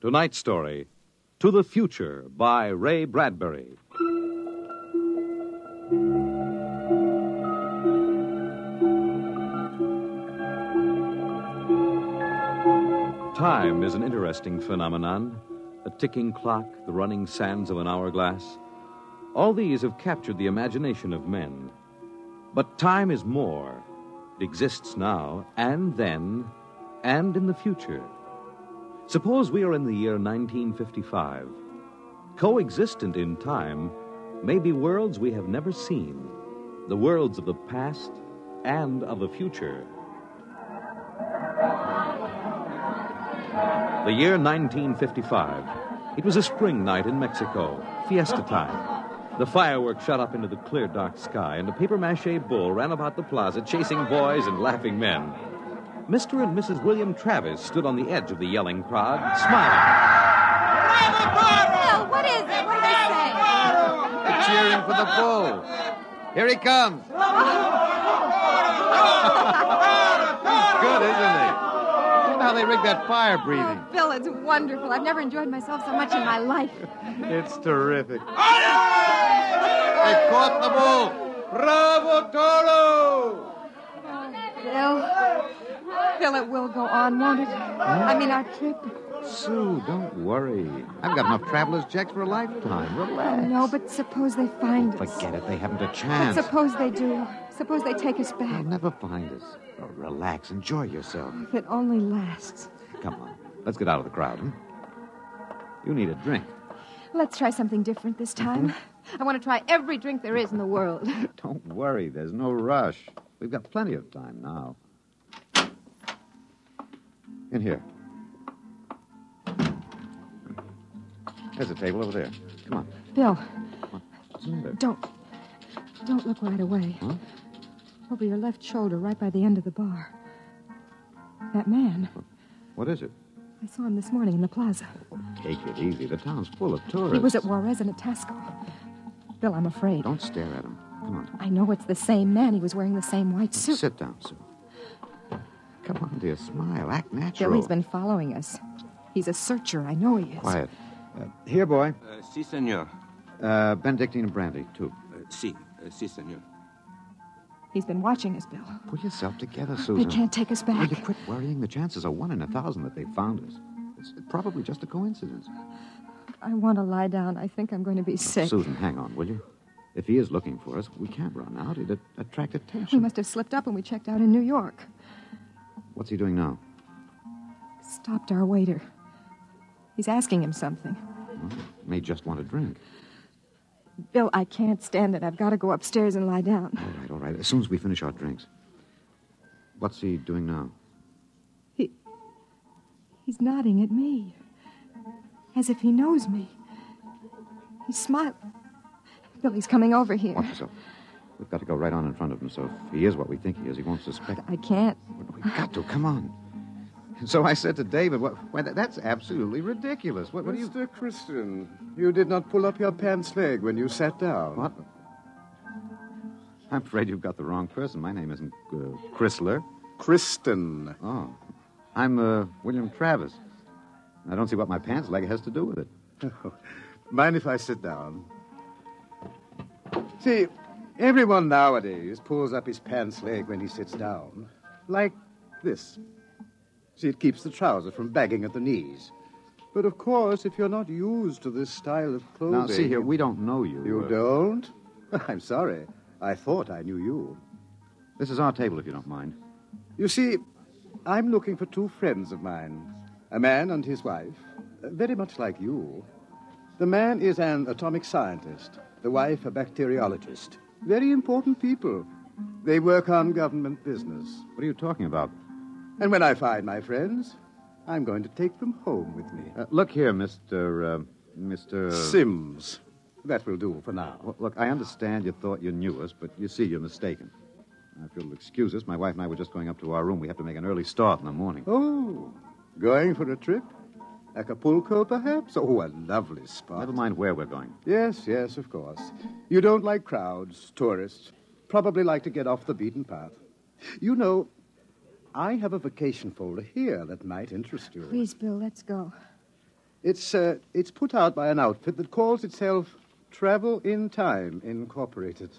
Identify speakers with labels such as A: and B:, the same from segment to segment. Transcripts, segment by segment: A: tonight's story To the Future by Ray Bradbury. Time is an interesting phenomenon. A ticking clock, the running sands of an hourglass. All these have captured the imagination of men. But time is more. It exists now and then and in the future. Suppose we are in the year 1955. Coexistent in time may be worlds we have never seen, the worlds of the past and of the future. The year 1955. It was a spring night in Mexico, fiesta time. The fireworks shot up into the clear, dark sky, and a papier mache bull ran about the plaza chasing boys and laughing men. Mr. and Mrs. William Travis stood on the edge of the yelling crowd, smiling.
B: Bill, what is it? What do they say?
A: Cheering for the bull. Here he comes. Good, isn't he? Now they rig that fire breathing.
B: Bill, it's wonderful. I've never enjoyed myself so much in my life.
C: It's terrific.
A: They caught the bull. Bravo, Toro!
B: Bill, Bill, it will go on, won't it? I mean, our trip.
C: Sue, don't worry. I've got enough traveler's checks for a lifetime. Relax.
B: No, but suppose they find us.
C: Forget it. They haven't a
B: But
C: chance.
B: suppose they do. Suppose they take us back.
C: They'll never find us. Oh, relax. Enjoy yourself.
B: If it only lasts.
C: Come on. Let's get out of the crowd. Hmm? You need a drink.
B: Let's try something different this time. I want to try every drink there is in the world.
C: Don't worry. There's no rush. We've got plenty of time now. In here. There's a table over there. Come on.
B: Bill,
C: What's the matter?
B: don't. Don't look right away.
C: Huh?
B: Over your left shoulder, right by the end of the bar. That man.
C: What is it?
B: I saw him this morning in the plaza.
C: Take it easy. The town's full of tourists.
B: He was at Juarez and Atasco. Bill, I'm afraid.
C: Don't stare at him. Come on.
B: I know it's the same man. He was wearing the same white suit.
C: Sit down, Sue. Come on, dear. Smile. Act natural.
B: Bill, he's been following us. He's a searcher. I know he is.
C: Quiet. Uh, here, boy.
D: Uh, si, senor.
C: Uh, Benedictine and brandy, too.
D: Uh, si, uh, si, senor.
B: He's been watching us, Bill.
C: Pull yourself together,
B: They
C: Susan.
B: can't take us
C: Will
B: back.
C: you quit worrying? The chances are one in a thousand that they found us. It's probably just a coincidence.
B: I want to lie down. I think I'm going to be sick.
C: Susan, hang on, will you? If he is looking for us, we can't run out. It'd a- attract
B: We
C: attention.
B: must have slipped up when we checked out in New York.
C: What's he doing now?
B: Stopped our waiter. He's asking him something.
C: May just want a drink.
B: Bill, I can't stand it. I've got to go upstairs and lie down.
C: All right, all right. As soon as we finish our drinks. What's he doing now?
B: He. He's nodding at me. As if he knows me. He's smiling. Bill, he's coming over here.
C: Watch yourself. We've got to go right on in front of him, so if he is what we think he is, he won't suspect.
B: I can't.
C: We've got to. Come on. So I said to David, "Why, why, that- that's absolutely ridiculous. What, what do you...
E: Mr. Christian, you did not pull up your pants leg when you sat down.
C: What? I'm afraid you've got the wrong person. My name isn't uh, Chrysler.
E: Kristen.
C: Oh, I'm uh, William Travis. I don't see what my pants leg has to do with it.
E: Mind if I sit down? See, Everyone nowadays pulls up his pants leg when he sits down, like this. See, it keeps the trouser from bagging at the knees. But of course, if you're not used to this style of clothing.
C: Now, see here, we don't know you.
E: You
C: Uh,
E: don't? I'm sorry. I thought I knew you.
C: This is our table, if you don't mind.
E: You see, I'm looking for two friends of mine a man and his wife, uh, very much like you. The man is an atomic scientist, the wife, a bacteriologist. Very important people. They work on government business.
C: What are you talking about?
E: And when I find my friends, I'm going to take them home with me.
C: Uh, look here, Mr. Uh, Mr.
E: Sims. That will do for now.
C: Well, look, I understand you thought you knew us, but you see, you're mistaken. Now, If you'll excuse us, my wife and I were just going up to our room. We have to make an early start in the morning.
E: Oh, going for a trip? Acapulco, perhaps? Oh, a lovely spot.
C: Never mind where we're going.
E: Yes, yes, of course. You don't like crowds, tourists. Probably like to get off the beaten path. You know, I have a vacation folder here that might interest you.
B: Please, Bill, let's go.
E: It's, uh, it's put out by an outfit that calls itself Travel in Time Incorporated.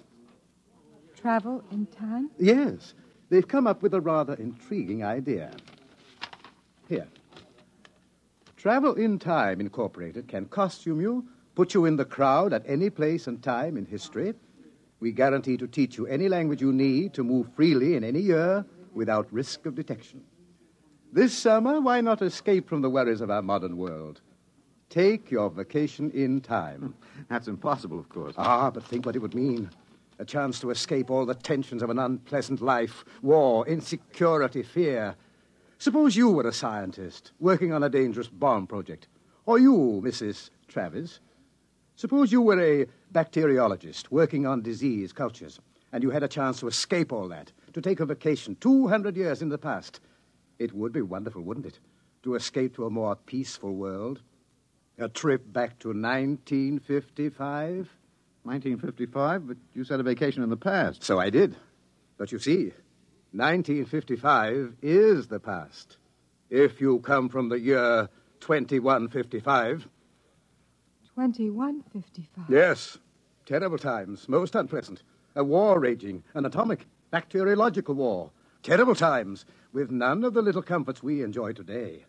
B: Travel in time?
E: Yes, they've come up with a rather intriguing idea. Here. Travel in Time Incorporated can costume you, put you in the crowd at any place and time in history. We guarantee to teach you any language you need to move freely in any year without risk of detection. This summer, why not escape from the worries of our modern world? Take your vacation in time.
C: That's impossible, of course.
E: Ah, but think what it would mean. A chance to escape all the tensions of an unpleasant life war, insecurity, fear. Suppose you were a scientist working on a dangerous bomb project, or you, Mrs. Travis. Suppose you were a bacteriologist working on disease cultures, and you had a chance to escape all that, to take a vacation 200 years in the past. It would be wonderful, wouldn't it? To escape to a more peaceful world. A trip back to 1955.
C: 1955, but you said a vacation in the past.
E: So I did. But you see, 1955 is the past. If you come from the year 2155.
B: 2155.
E: Yes, terrible times, most unpleasant. A war raging, an atomic, bacteriological war. Terrible times, with none of the little comforts we enjoy today.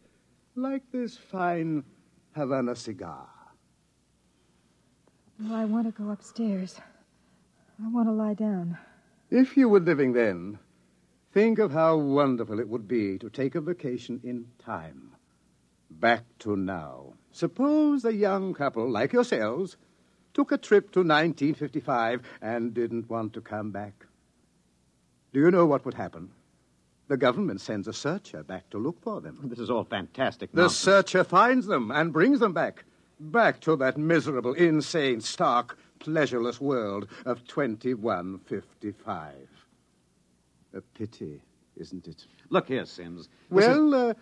E: Like this fine Havana cigar.
B: Well, I want to go upstairs. I want to lie down.
E: If you were living then, think of how wonderful it would be to take a vacation in time. Back to now. Suppose a young couple like yourselves took a trip to 1955 and didn't want to come back. Do you know what would happen? The government sends a searcher back to look for them.
C: This is all fantastic.
E: The
C: nonsense.
E: searcher finds them and brings them back. Back to that miserable, insane, stark, pleasureless world of 2155. A pity, isn't it?
C: Look here, Sims. This is-
E: Well, uh,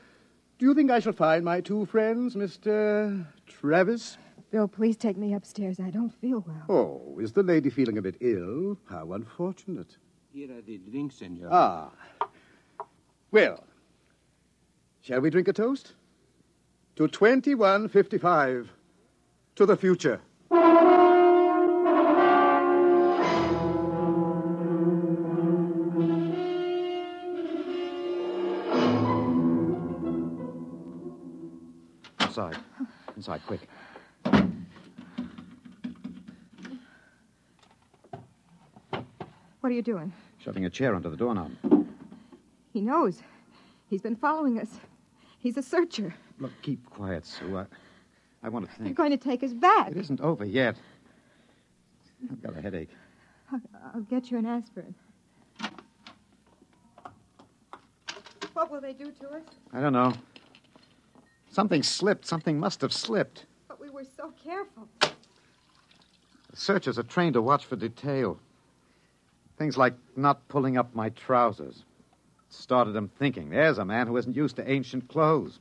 E: do you think I shall find my two friends, Mr. Travis?
B: Bill, please take me upstairs. I don't feel well.
E: Oh, is the lady feeling a bit ill? How unfortunate.
D: Here are the drinks, senor.
F: Oh,
E: Ah. Well, shall we drink a toast? To 2155. To the future.
C: inside. Inside, quick.
B: What are you doing?
C: Shoving a chair under the doorknob.
B: He knows. He's been following us. He's a searcher.
C: Look, keep quiet, Sue. I, I want to
B: They're
C: think.
B: going to take us back.
C: It isn't over yet. I've got a headache.
B: I'll, I'll get you an aspirin. What will they do to us?
C: I don't know. Something slipped. Something must have slipped.
B: But we were so careful.
C: The searchers are trained to watch for detail. Things like not pulling up my trousers. Started him thinking, there's a man who isn't used to ancient clothes.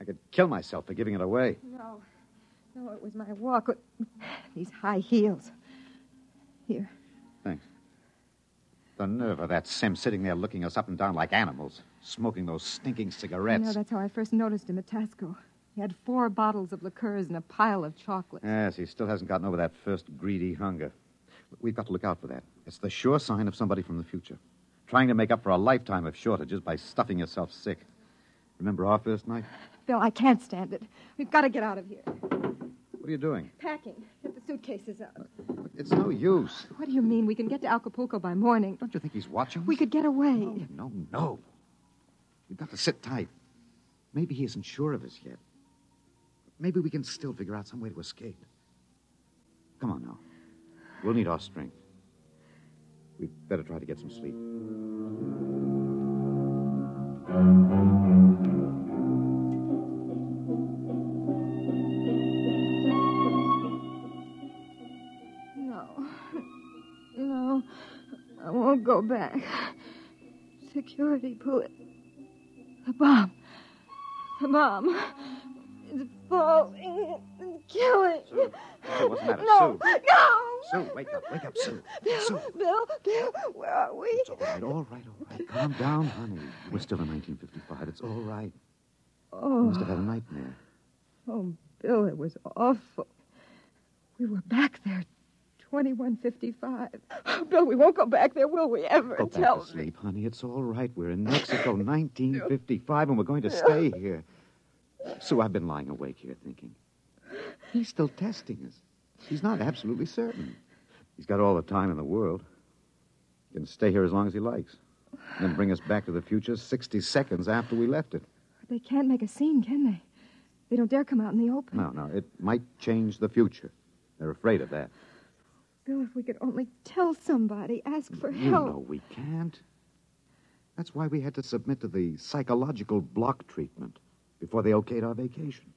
C: I could kill myself for giving it away.
B: No, no, it was my walk. with These high heels. Here,
C: Thanks. The nerve of that Sim sitting there looking us up and down like animals, smoking those stinking
B: I know
C: cigarettes.
B: that's how I first noticed him at Tasco. He had four bottles of liqueurs and a pile of chocolate.
C: Yes, he still hasn't gotten over that first greedy hunger. We've got to look out for that. It's the sure sign of somebody from the future. Trying to make up for a lifetime of shortages by stuffing yourself sick. Remember our first night?
B: Bill, I can't stand it. We've got to get out of here.
C: What are you doing?
B: Packing. Get the suitcases up.
C: It's no use.
B: What do you mean? We can get to Acapulco by morning.
C: Don't you think he's watching?
B: We could get away.
C: No, no. You've got to sit tight. Maybe he isn't sure of us yet. Maybe we can still figure out some way to escape. Come on now. We'll need our strength. We'd better try to get some sleep.
B: No. No. I won't go back. Security, police. The bomb. The bomb. It's falling and killing.
C: Sue. Sue, what's the matter?
B: No.
C: Sue.
B: No.
C: Sue, wake up. Wake up, Sue.
B: Bill,
C: Sue.
B: Bill, Bill, where are we?
C: It's all right, all right, all right. Calm down, honey. We're still in 1955. It's all right. You must have
B: Oh,
C: had a nightmare.
B: oh, Bill, it was awful. We were back there, 2155. Oh, Bill, we won't go back there, will we ever?
C: Go back
B: Oh, Tell
C: to sleep, honey. It's all right. We're in Mexico, 1955, and we're going to stay here. Sue, I've been lying awake here thinking. He's still testing us. He's not absolutely certain. He's got all the time in the world. He can stay here as long as he likes. And then bring us back to the future 60 seconds after we left it.
B: They can't make a scene, can they? They don't dare come out in the open.
C: No, no, it might change the future. They're afraid of that.
B: Bill, if we could only tell somebody, ask for
C: You
B: help.
C: know we can't. That's why we had to submit to the psychological block treatment before they okayed our vacation.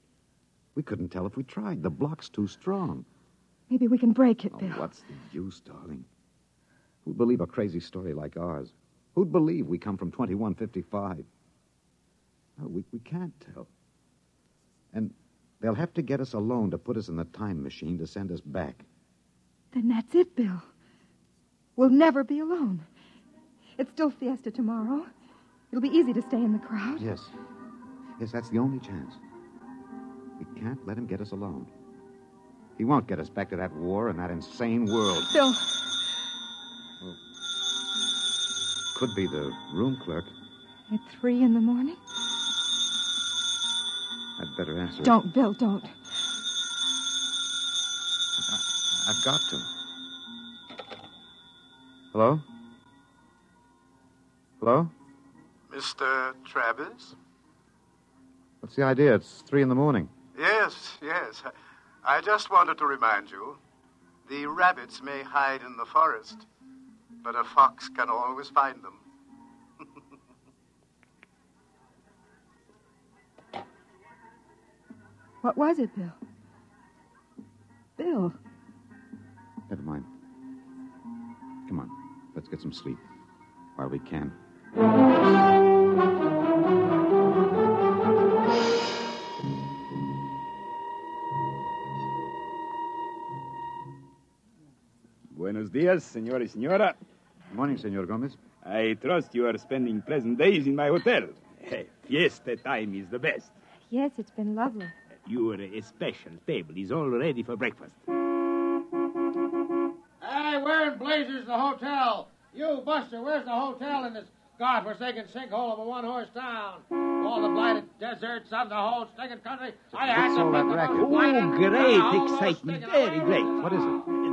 C: We couldn't tell if we tried. The block's too strong.
B: Maybe we can break it,
C: Oh,
B: Bill.
C: what's the use, darling? Who'd believe a crazy story like ours? Who'd believe we come from 2155? No, we, we can't tell. And they'll have to get us a loan to put us in the time machine to send us back.
B: Then that's it, Bill. We'll never be alone. It's still fiesta tomorrow. It'll be easy to stay in the crowd.
C: Yes. Yes, that's the only chance. We can't let him get us alone. He won't get us back to that war and that insane world.
B: Bill,
C: Could be the room clerk.
B: at three in the morning?
C: I'd better answer. it.
B: Don't, Bill, don't.
C: I've got to. Hello? Hello?
G: Mr. Travis?
C: What's the idea? It's three in the morning.
G: Yes, yes. I just wanted to remind you the rabbits may hide in the forest, but a fox can always find them.
B: What was it, Bill? Bill,
C: Never mind. Come on. Let's get some sleep while we can.
H: Buenos dias, senor y senora.
C: Morning, Senor Gomez.
H: I trust you are spending pleasant days in my hotel. Fiesta time is the best.
B: yes, it's been lovely.
H: Your uh, special table is all ready for breakfast.
I: Hey, where in blazes the hotel? You, Buster, where's the hotel in this godforsaken sinkhole of a one-horse town? All the blighted deserts of the whole stinking country. I
C: What's
I: had to
C: all that
I: pick the most
C: racket?
I: blighted
H: Oh,
I: and the whole
H: great
I: most
H: excitement.
I: stinking
H: Very
I: land.
H: great.
C: What is it?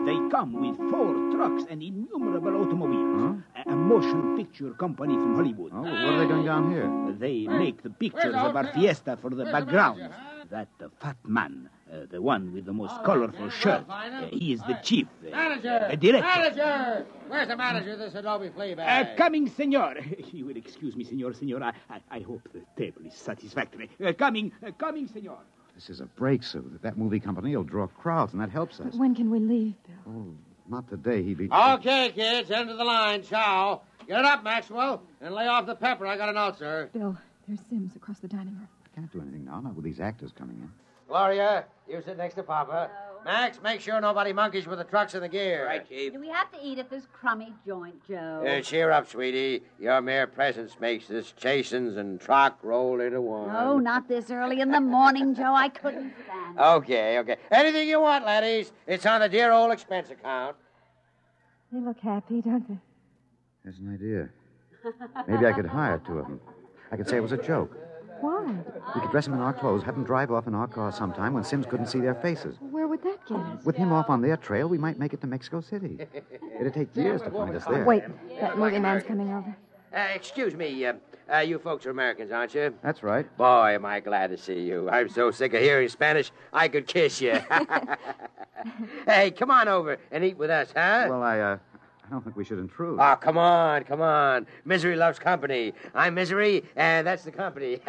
H: They come with four trucks and innumerable automobiles. A- A motion picture company from Hollywood.
C: Oh, what are they doing down here?
H: They make the pictures of our fiesta for the background. That uh, fat man, uh, the one with the most colorful shirt, uh, he is the chief, uh,
I: Manager!
H: uh, director.
I: Manager! Where's the manager of this Adobe flea
H: Uh,
I: bag?
H: coming, senor. You will excuse me, senor, senor. I, I, I hope the table is satisfactory. Uh, coming, uh, coming, senor.
C: This is a break, Sue. That movie company will draw crowds, and that helps us.
B: When can we leave, Bill?
C: Oh, not today. He be.
I: Okay, kids, end of the line. Ciao. Get it up, Maxwell, and lay off the pepper. I got an ulcer.
B: Bill, there's Sims across the dining room.
C: I can't do anything now, not with these actors coming in.
I: Gloria, you sit next to Papa. Max, make sure nobody monkeys with the trucks and the gear. Right, Chief.
J: Do we have to eat at this crummy joint, Joe?
I: Uh, cheer up, sweetie. Your mere presence makes this chasins and truck roll into one.
J: No, not this early in the morning, Joe. I couldn't
E: Oh.
J: stand it.
I: Okay, okay. Anything you want, laddies. It's on the dear old expense account.
B: They look happy, don't they?
C: There's an idea. Maybe I could hire two of them. I could say it was a joke.
B: Why?
C: We could dress them in our clothes, have them drive off in our car sometime when Sims couldn't see their faces.
B: Where would that get us?
C: With him off on their trail, we might make it to Mexico City. It'd take years to find us there.
B: Wait, that movie man's coming over.
F: Uh, excuse me, uh, uh, you folks are Americans, aren't you?
C: That's right.
F: Boy, am I glad to see you. I'm so sick of hearing Spanish, I could kiss you. hey, come on over and eat with us, huh?
C: Well, I, uh, I don't think we should intrude.
F: Oh, come on, come on. Misery loves company. I'm misery, and that's the company.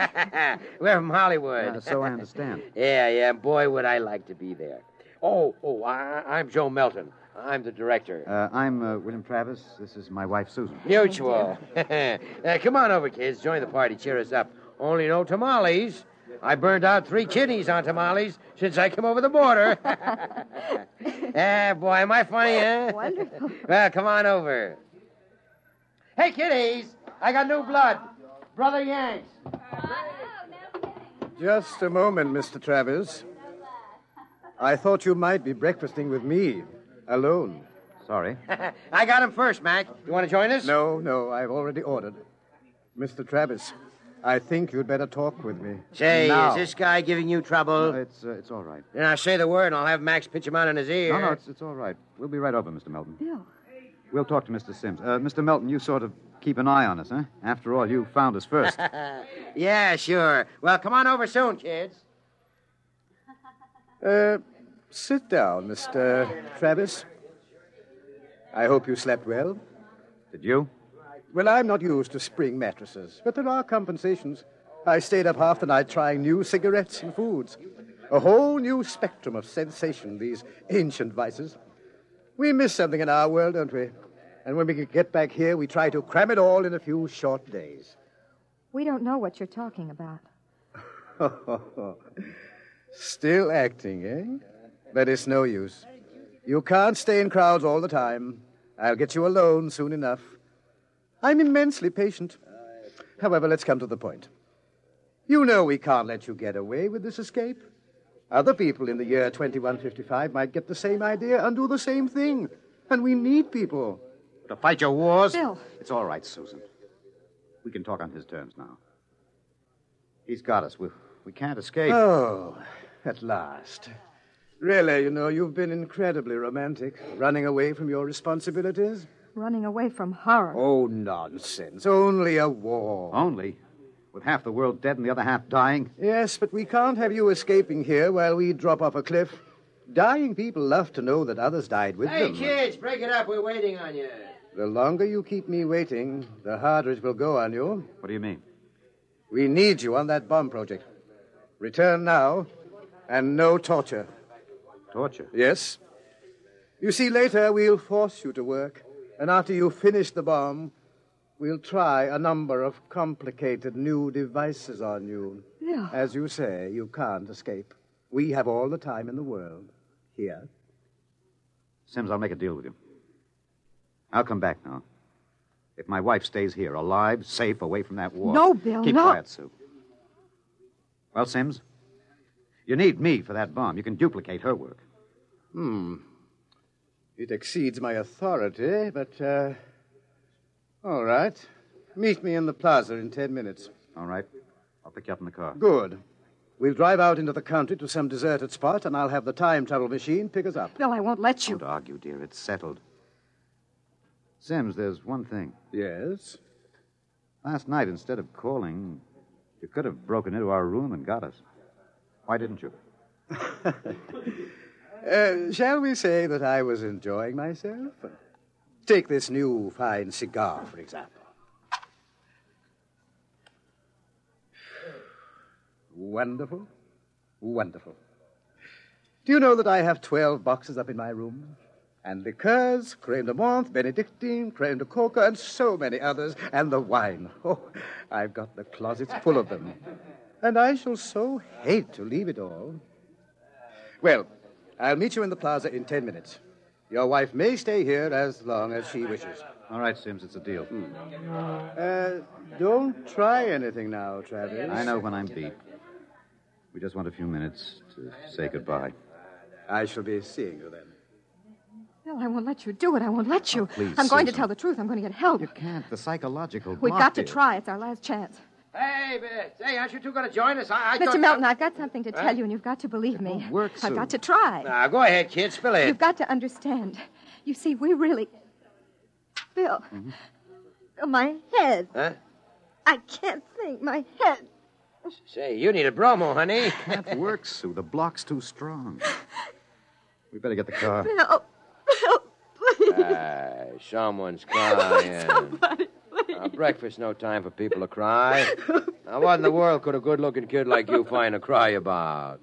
F: We're from Hollywood.
C: Uh, so I understand.
F: yeah, yeah, boy, would I like to be there. Oh, oh, I, I'm Joe Melton. I'm the director.
C: Uh, I'm uh, William Travis. This is my wife, Susan.
F: Mutual. uh, come on over, kids. Join the party. Cheer us up. Only no tamales. I burned out three kidneys on tamales since I came over the border. Ah, boy, am I funny, huh?
B: Wonderful.
F: Well, come on over. Hey, kiddies. I got new blood. Brother Yanks.
E: Just a moment, Mr. Travis. I thought you might be breakfasting with me alone.
C: Sorry.
F: I got him first, Mac. You want to join us?
E: No, no, I've already ordered. Mr. Travis, I think you'd better talk with me.
F: Say,
E: Now.
F: is this guy giving you trouble?
C: No, it's, uh, it's all right.
F: Now, say the word, and I'll have Max pitch him out in his ear.
C: No, no, it's, it's all right. We'll be right over, Mr. Melton.
B: Bill,
C: We'll talk to Mr. Sims. Uh, Mr. Melton, you sort of keep an eye on us, huh? After all, you found us first.
F: yeah, sure. Well, come on over soon, kids.
E: Uh, sit down, Mr. Travis. I hope you slept well.
C: Did you?
E: Well, I'm not used to spring mattresses, but there are compensations. I stayed up half the night trying new cigarettes and foods. A whole new spectrum of sensation, these ancient vices. We miss something in our world, don't we? And when we get back here, we try to cram it all in a few short days.
B: we don't know what you're talking about.
E: Still acting, eh? But it's no use. You can't stay in crowds all the time. I'll get you alone soon enough. I'm immensely patient. However, let's come to the point. You know we can't let you get away with this escape. Other people in the year 2155 might get the same idea and do the same thing. And we need people.
C: To fight your wars?
B: Bill.
C: It's all right, Susan. We can talk on his terms now. He's got us. We, we can't escape.
E: Oh, at last. Really, you know, you've been incredibly romantic, running away from your responsibilities.
B: Running away from horror.
E: Oh, nonsense. Only a war.
C: Only. With half the world dead and the other half dying.
E: Yes, but we can't have you escaping here while we drop off a cliff. Dying people love to know that others died with
F: Hey,
E: them.
F: kids, break it up. We're waiting on you.
E: The longer you keep me waiting, the harder it will go on you.
C: What do you mean?
E: We need you on that bomb project. Return now, and no torture.
C: Torture.
E: Yes? You see, later we'll force you to work, and after you finish the bomb, we'll try a number of complicated new devices on you.
B: Bill,
E: As you say, you can't escape. We have all the time in the world here.
C: Sims, I'll make a deal with you. I'll come back now. If my wife stays here, alive, safe, away from that war.
B: No, Bill,
C: Keep
B: no.
C: quiet, Sue. Well, Sims, you need me for that bomb. You can duplicate her work.
E: It exceeds my authority, but, uh. All right. Meet me in the plaza in ten minutes.
C: All right. I'll pick you up in the car.
E: Good. We'll drive out into the country to some deserted spot, and I'll have the time travel machine pick us up.
B: Bill, I won't let you.
C: Don't argue, dear. It's settled. Sims, there's one thing.
E: Yes?
C: Last night, instead of calling, you could have broken into our room and got us. Why didn't you?
E: Uh, shall we say that I was enjoying myself? Take this new fine cigar, for example. Wonderful. Wonderful. Do you know that I have 12 boxes up in my room? And liqueurs, creme de menthe, benedictine, creme de coca, and so many others, and the wine. Oh, I've got the closets full of them. And I shall so hate to leave it all. Well, I'll meet you in the plaza in ten minutes. Your wife may stay here as long as she wishes.
C: All right, Sims, it's a deal.
E: Uh, don't try anything now, Travis.
C: I know when I'm beat. We just want a few minutes to say goodbye.
E: I shall be seeing you then.
B: Bill, I won't let you do it. I won't let you.
C: Oh, please,
B: I'm going to
C: Susan.
B: tell the truth. I'm going to get help.
C: You can't. The psychological.
B: We've
C: block
B: got to
C: there.
B: try. It's our last chance.
I: Hey, uh, say, aren't you two going to join us? I, I
B: Mr.
I: thought-
B: Milton, I've got something to
I: Huh?
B: tell you, and you've got to believe me.
I: work,
B: I've
I: Sue.
B: got to try.
F: Now, go ahead, kid. Spill it.
B: You've got to understand. You see, we really. Bill. Bill, my head.
F: Huh?
B: I can't think. My head.
F: Say, you need a bromo, honey.
C: That works, Sue. The block's too strong. We better get the car.
B: Bill. Bill, please.
F: Ah, someone's crying.
B: Somebody, please.
F: Now, breakfast, no time for people to cry. Now, what in the world could a good looking kid like you find to cry about?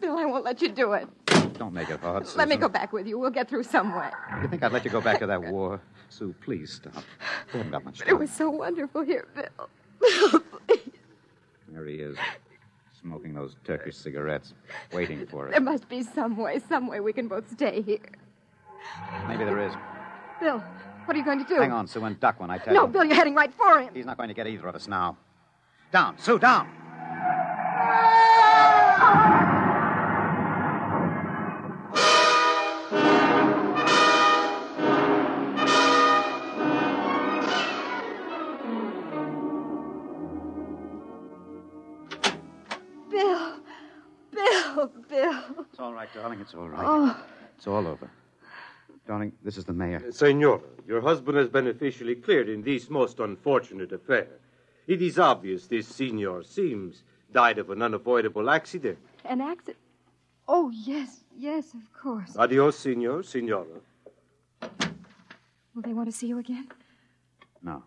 B: Bill, I won't let you do it.
C: Don't make it hard, Susan.
B: Let me go back with you. We'll get through some way.
C: You think I'd let you go back to that war? Sue, please stop. We haven't got much
B: But it
C: time.
B: was so wonderful here, Bill. Bill, please.
C: There he is, smoking those Turkish cigarettes, waiting for
B: There
C: us.
B: must be some way, some way we can both stay here.
C: Maybe there is.
B: Bill, what are you going to do?
C: Hang on, Sue, and duck when I tell
B: No,
C: you.
B: Bill, you're heading right for him.
C: He's not going to get either of us now. Down, Sue, down.
B: Bill, Bill, Bill.
C: It's all right, darling. It's all right.
B: Oh,
C: It's all over. Darling, this is the mayor.
K: Senora, your husband has been officially cleared in this most unfortunate affair. It is obvious this Senor Sims died of an unavoidable accident.
B: an accident. Oh, yes, yes, of course.
K: Adios, Senor, Senora.
B: Will they want to see you again?
C: No.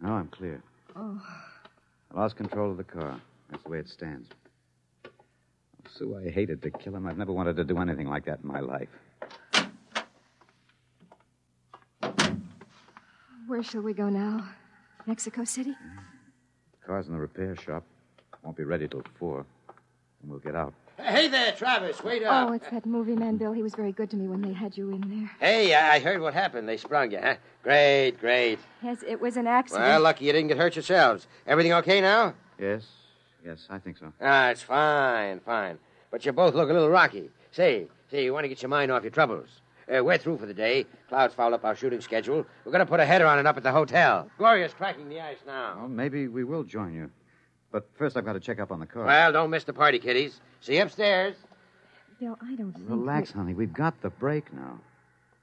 C: No, I'm clear.
B: Oh,
C: I lost control of the car. That's the way it stands. Sue, I hated to kill him. I've never wanted to do anything like that in my life.
B: where shall we go now? Mexico City?
C: car's in the repair shop. Won't be ready till four. And we'll get out.
I: Hey there, Travis. Wait up.
B: Oh, it's that movie man, Bill. He was very good to me when they had you in there.
F: Hey, I I heard what happened. They sprung you, huh? Great, great.
B: Yes, it was an accident.
F: Well, lucky you didn't get hurt yourselves. Everything okay now?
C: Yes, yes, I think so.
F: Ah, it's fine, fine. But you both look a little rocky. Say, say, you want to get your mind off your troubles. Uh, we're through for the day. Clouds foul up our shooting schedule. We're going to put a header on it up at the hotel. Gloria's cracking the ice now.
C: Well, maybe we will join you. But first, I've got to check up on the car.
F: Well, don't miss the party, kiddies. See you upstairs.
B: Bill, I don't think.
C: Relax, honey. We've got the break now.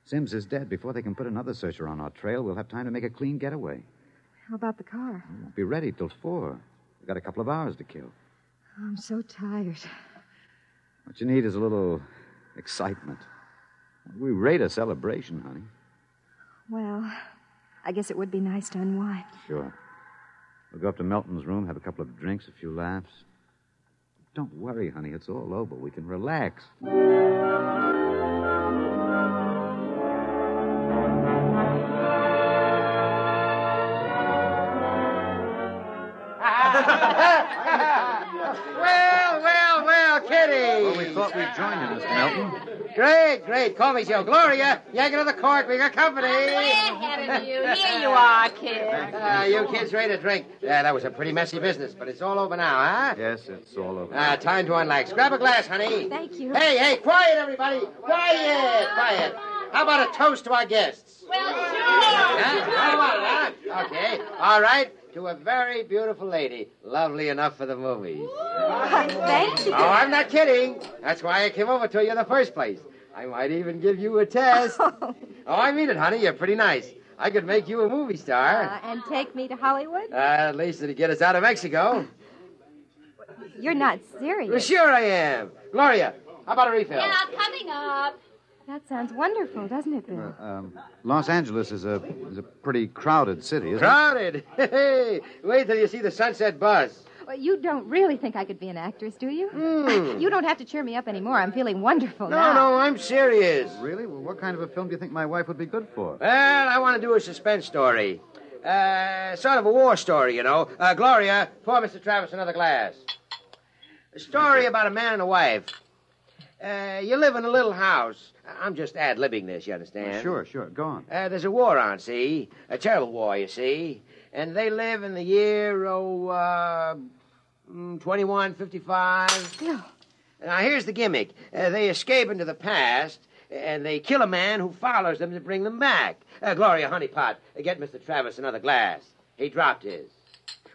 C: Sims is dead. Before they can put another searcher on our trail, we'll have time to make a clean getaway.
B: How about the car?
C: Won't be ready till four. We've got a couple of hours to kill.
B: I'm so tired.
C: What you need is a little excitement. We rate a celebration, honey.
B: Well, I guess it would be nice to unwind.
C: Sure. We'll go up to Melton's room, have a couple of drinks, a few laughs. Don't worry, honey. It's all over. We can relax.
F: Well, well, well, kiddies. Well, we
C: thought we'd join you, Mr. Melton.
F: Great, great. Call me Joe. Gloria, yank another cork. We got company.
L: ahead of you. Here you are, kid.
F: Ah, you kids ready to drink? Yeah, that was a pretty messy business, but it's all over now, huh?
C: Yes, it's all over.
F: Ah, time to unlax. Grab a glass, honey.
L: Thank you.
F: Hey, hey, quiet, everybody. Quiet, quiet. How about a toast to our guests?
L: Well, sure.
F: Huh? How about it, huh? Okay. All right. To a very beautiful lady, lovely enough for the movies.
L: Thank
F: Oh, I'm not kidding. That's why I came over to you in the first place. I might even give you a test. oh, I mean it, honey. You're pretty nice. I could make you a movie
B: Uh,
F: star.
B: and take me to Hollywood?
F: Uh, at least it'd get us out of Mexico.
B: You're not
F: Well,
B: serious.
F: sure I am. Gloria, how about a refill?
L: Yeah, coming up.
B: That sounds wonderful, doesn't it, Bill?
C: Um, Los Angeles is a, is a pretty crowded city, isn't
F: Crowded. Hey, wait till you see the sunset bus.
B: Well, you don't really think I could be an actress, do you?
F: Hmm.
B: You don't have to cheer me up anymore. I'm feeling wonderful
F: No,
B: now.
F: no, I'm serious.
C: it? Really? Well, what kind of a film do you think my wife would be good for?
F: Well, I want to do a suspense story. Uh, sort of a war story, you know. Uh, Gloria, pour Mr. Travis another glass. A story about a man and a wife. Uh, you live in a little house. I'm just ad libbing this, you understand?
C: Sure, sure. Go on.
F: Uh, there's a war on, see? A terrible war, you see?
E: and they live in the year, oh, uh, mm, 2155. Now, here's the gimmick uh, they escape into the past. And they kill a man who follows them to bring them back. Uh, Gloria Honeypot, uh, get Mr. Travis another glass. He dropped his.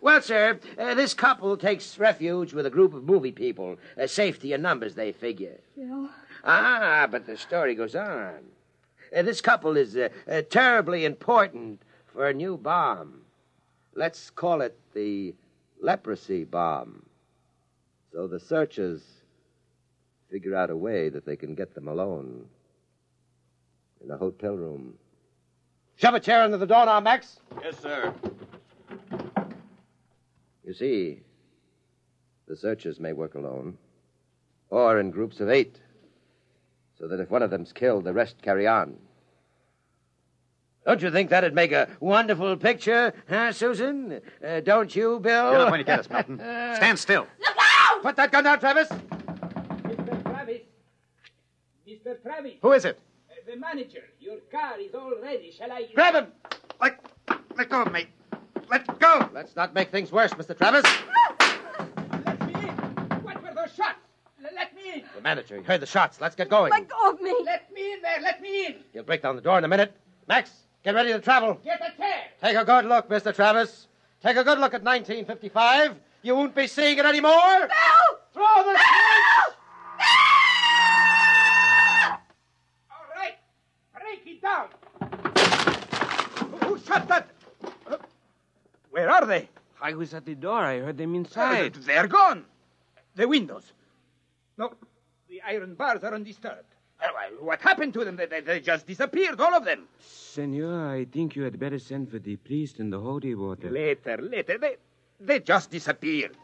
E: Well, sir, uh, this couple takes refuge with a group of movie people. Uh, safety in numbers, they figure.
B: Phil.
E: Ah, but the story goes on. Uh, this couple is uh, uh, terribly important for a new bomb. Let's call it the leprosy bomb. So the searchers figure out a way that they can get them alone in a hotel room. Shove a chair under the door now, Max.
M: Yes, sir.
E: You see, the searchers may work alone or in groups of eight, so that if one of them's killed, the rest carry on. Don't you think that'd make a wonderful picture, huh, Susan? Uh, don't you, Bill?
N: You're not going to get us, Melton. Stand still.
E: Look out! Put that gun down, Travis.
H: Mr. Travis. Mr. Travis.
N: Who is it?
H: Uh, the manager. Your car is all ready. Shall I?
E: Grab him!
N: Let, let go of me. Let go!
E: Let's not make things worse, Mr. Travis.
H: Let me in. What were those shots? L- let me in.
E: The manager, he heard the shots. Let's get going.
B: Let go of me.
H: Let me in there. Let me in.
E: He'll break down the door in a minute. Max, get ready to travel.
H: Get a chair.
E: Take a good look, Mr. Travis. Take a good look at 1955. You won't be seeing it anymore. Throw the switch!
H: All right. Break it down. Who, who shot that? Uh, Where are they?
M: I was at the door. I heard them inside.
H: Uh, They're gone. The windows. No, the iron bars are undisturbed. Uh, well, What happened to them? They, they, they just disappeared, all of them.
M: Senor, I think you had better send for the priest and the holy water.
H: Later, later. They, they just disappeared.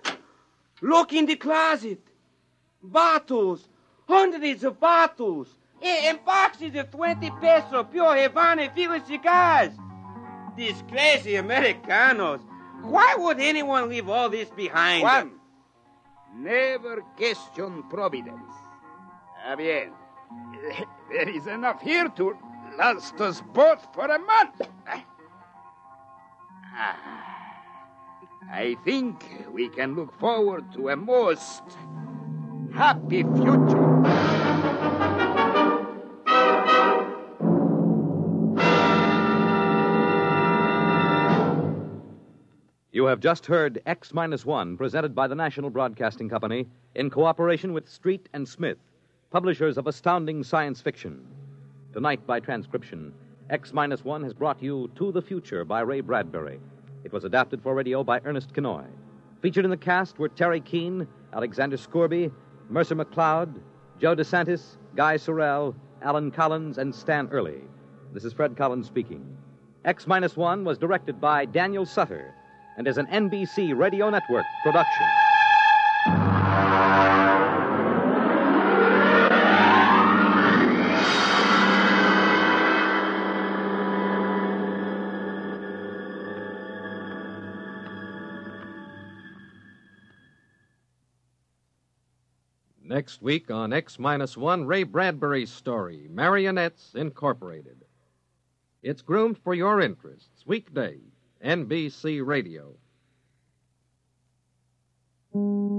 M: Look in the closet. Bottles. Hundreds of bottles. A- And boxes of 20 peso pure Havana filler cigars. These crazy Americanos. Why would anyone leave all this behind?
H: One. Never question providence. Ah, bien. There is enough here to last us both for a month. Ah, I think we can look forward to a most happy future.
C: You have just heard X Minus One, presented by the National Broadcasting Company in cooperation with Street and Smith, publishers of astounding science fiction. Tonight, by transcription, X Minus One has brought you To the Future by Ray Bradbury. It was adapted for radio by Ernest Kenoy. Featured in the cast were Terry Keane, Alexander Scorby, Mercer McLeod, Joe DeSantis, Guy Sorrell, Alan Collins, and Stan Early. This is Fred Collins speaking. X Minus One was directed by Daniel Sutter and is an NBC Radio Network production.
F: Next week on X Minus One, Ray Bradbury's story, Marionettes Incorporated. It's groomed for your interests, weekday, NBC Radio.
O: Thank you.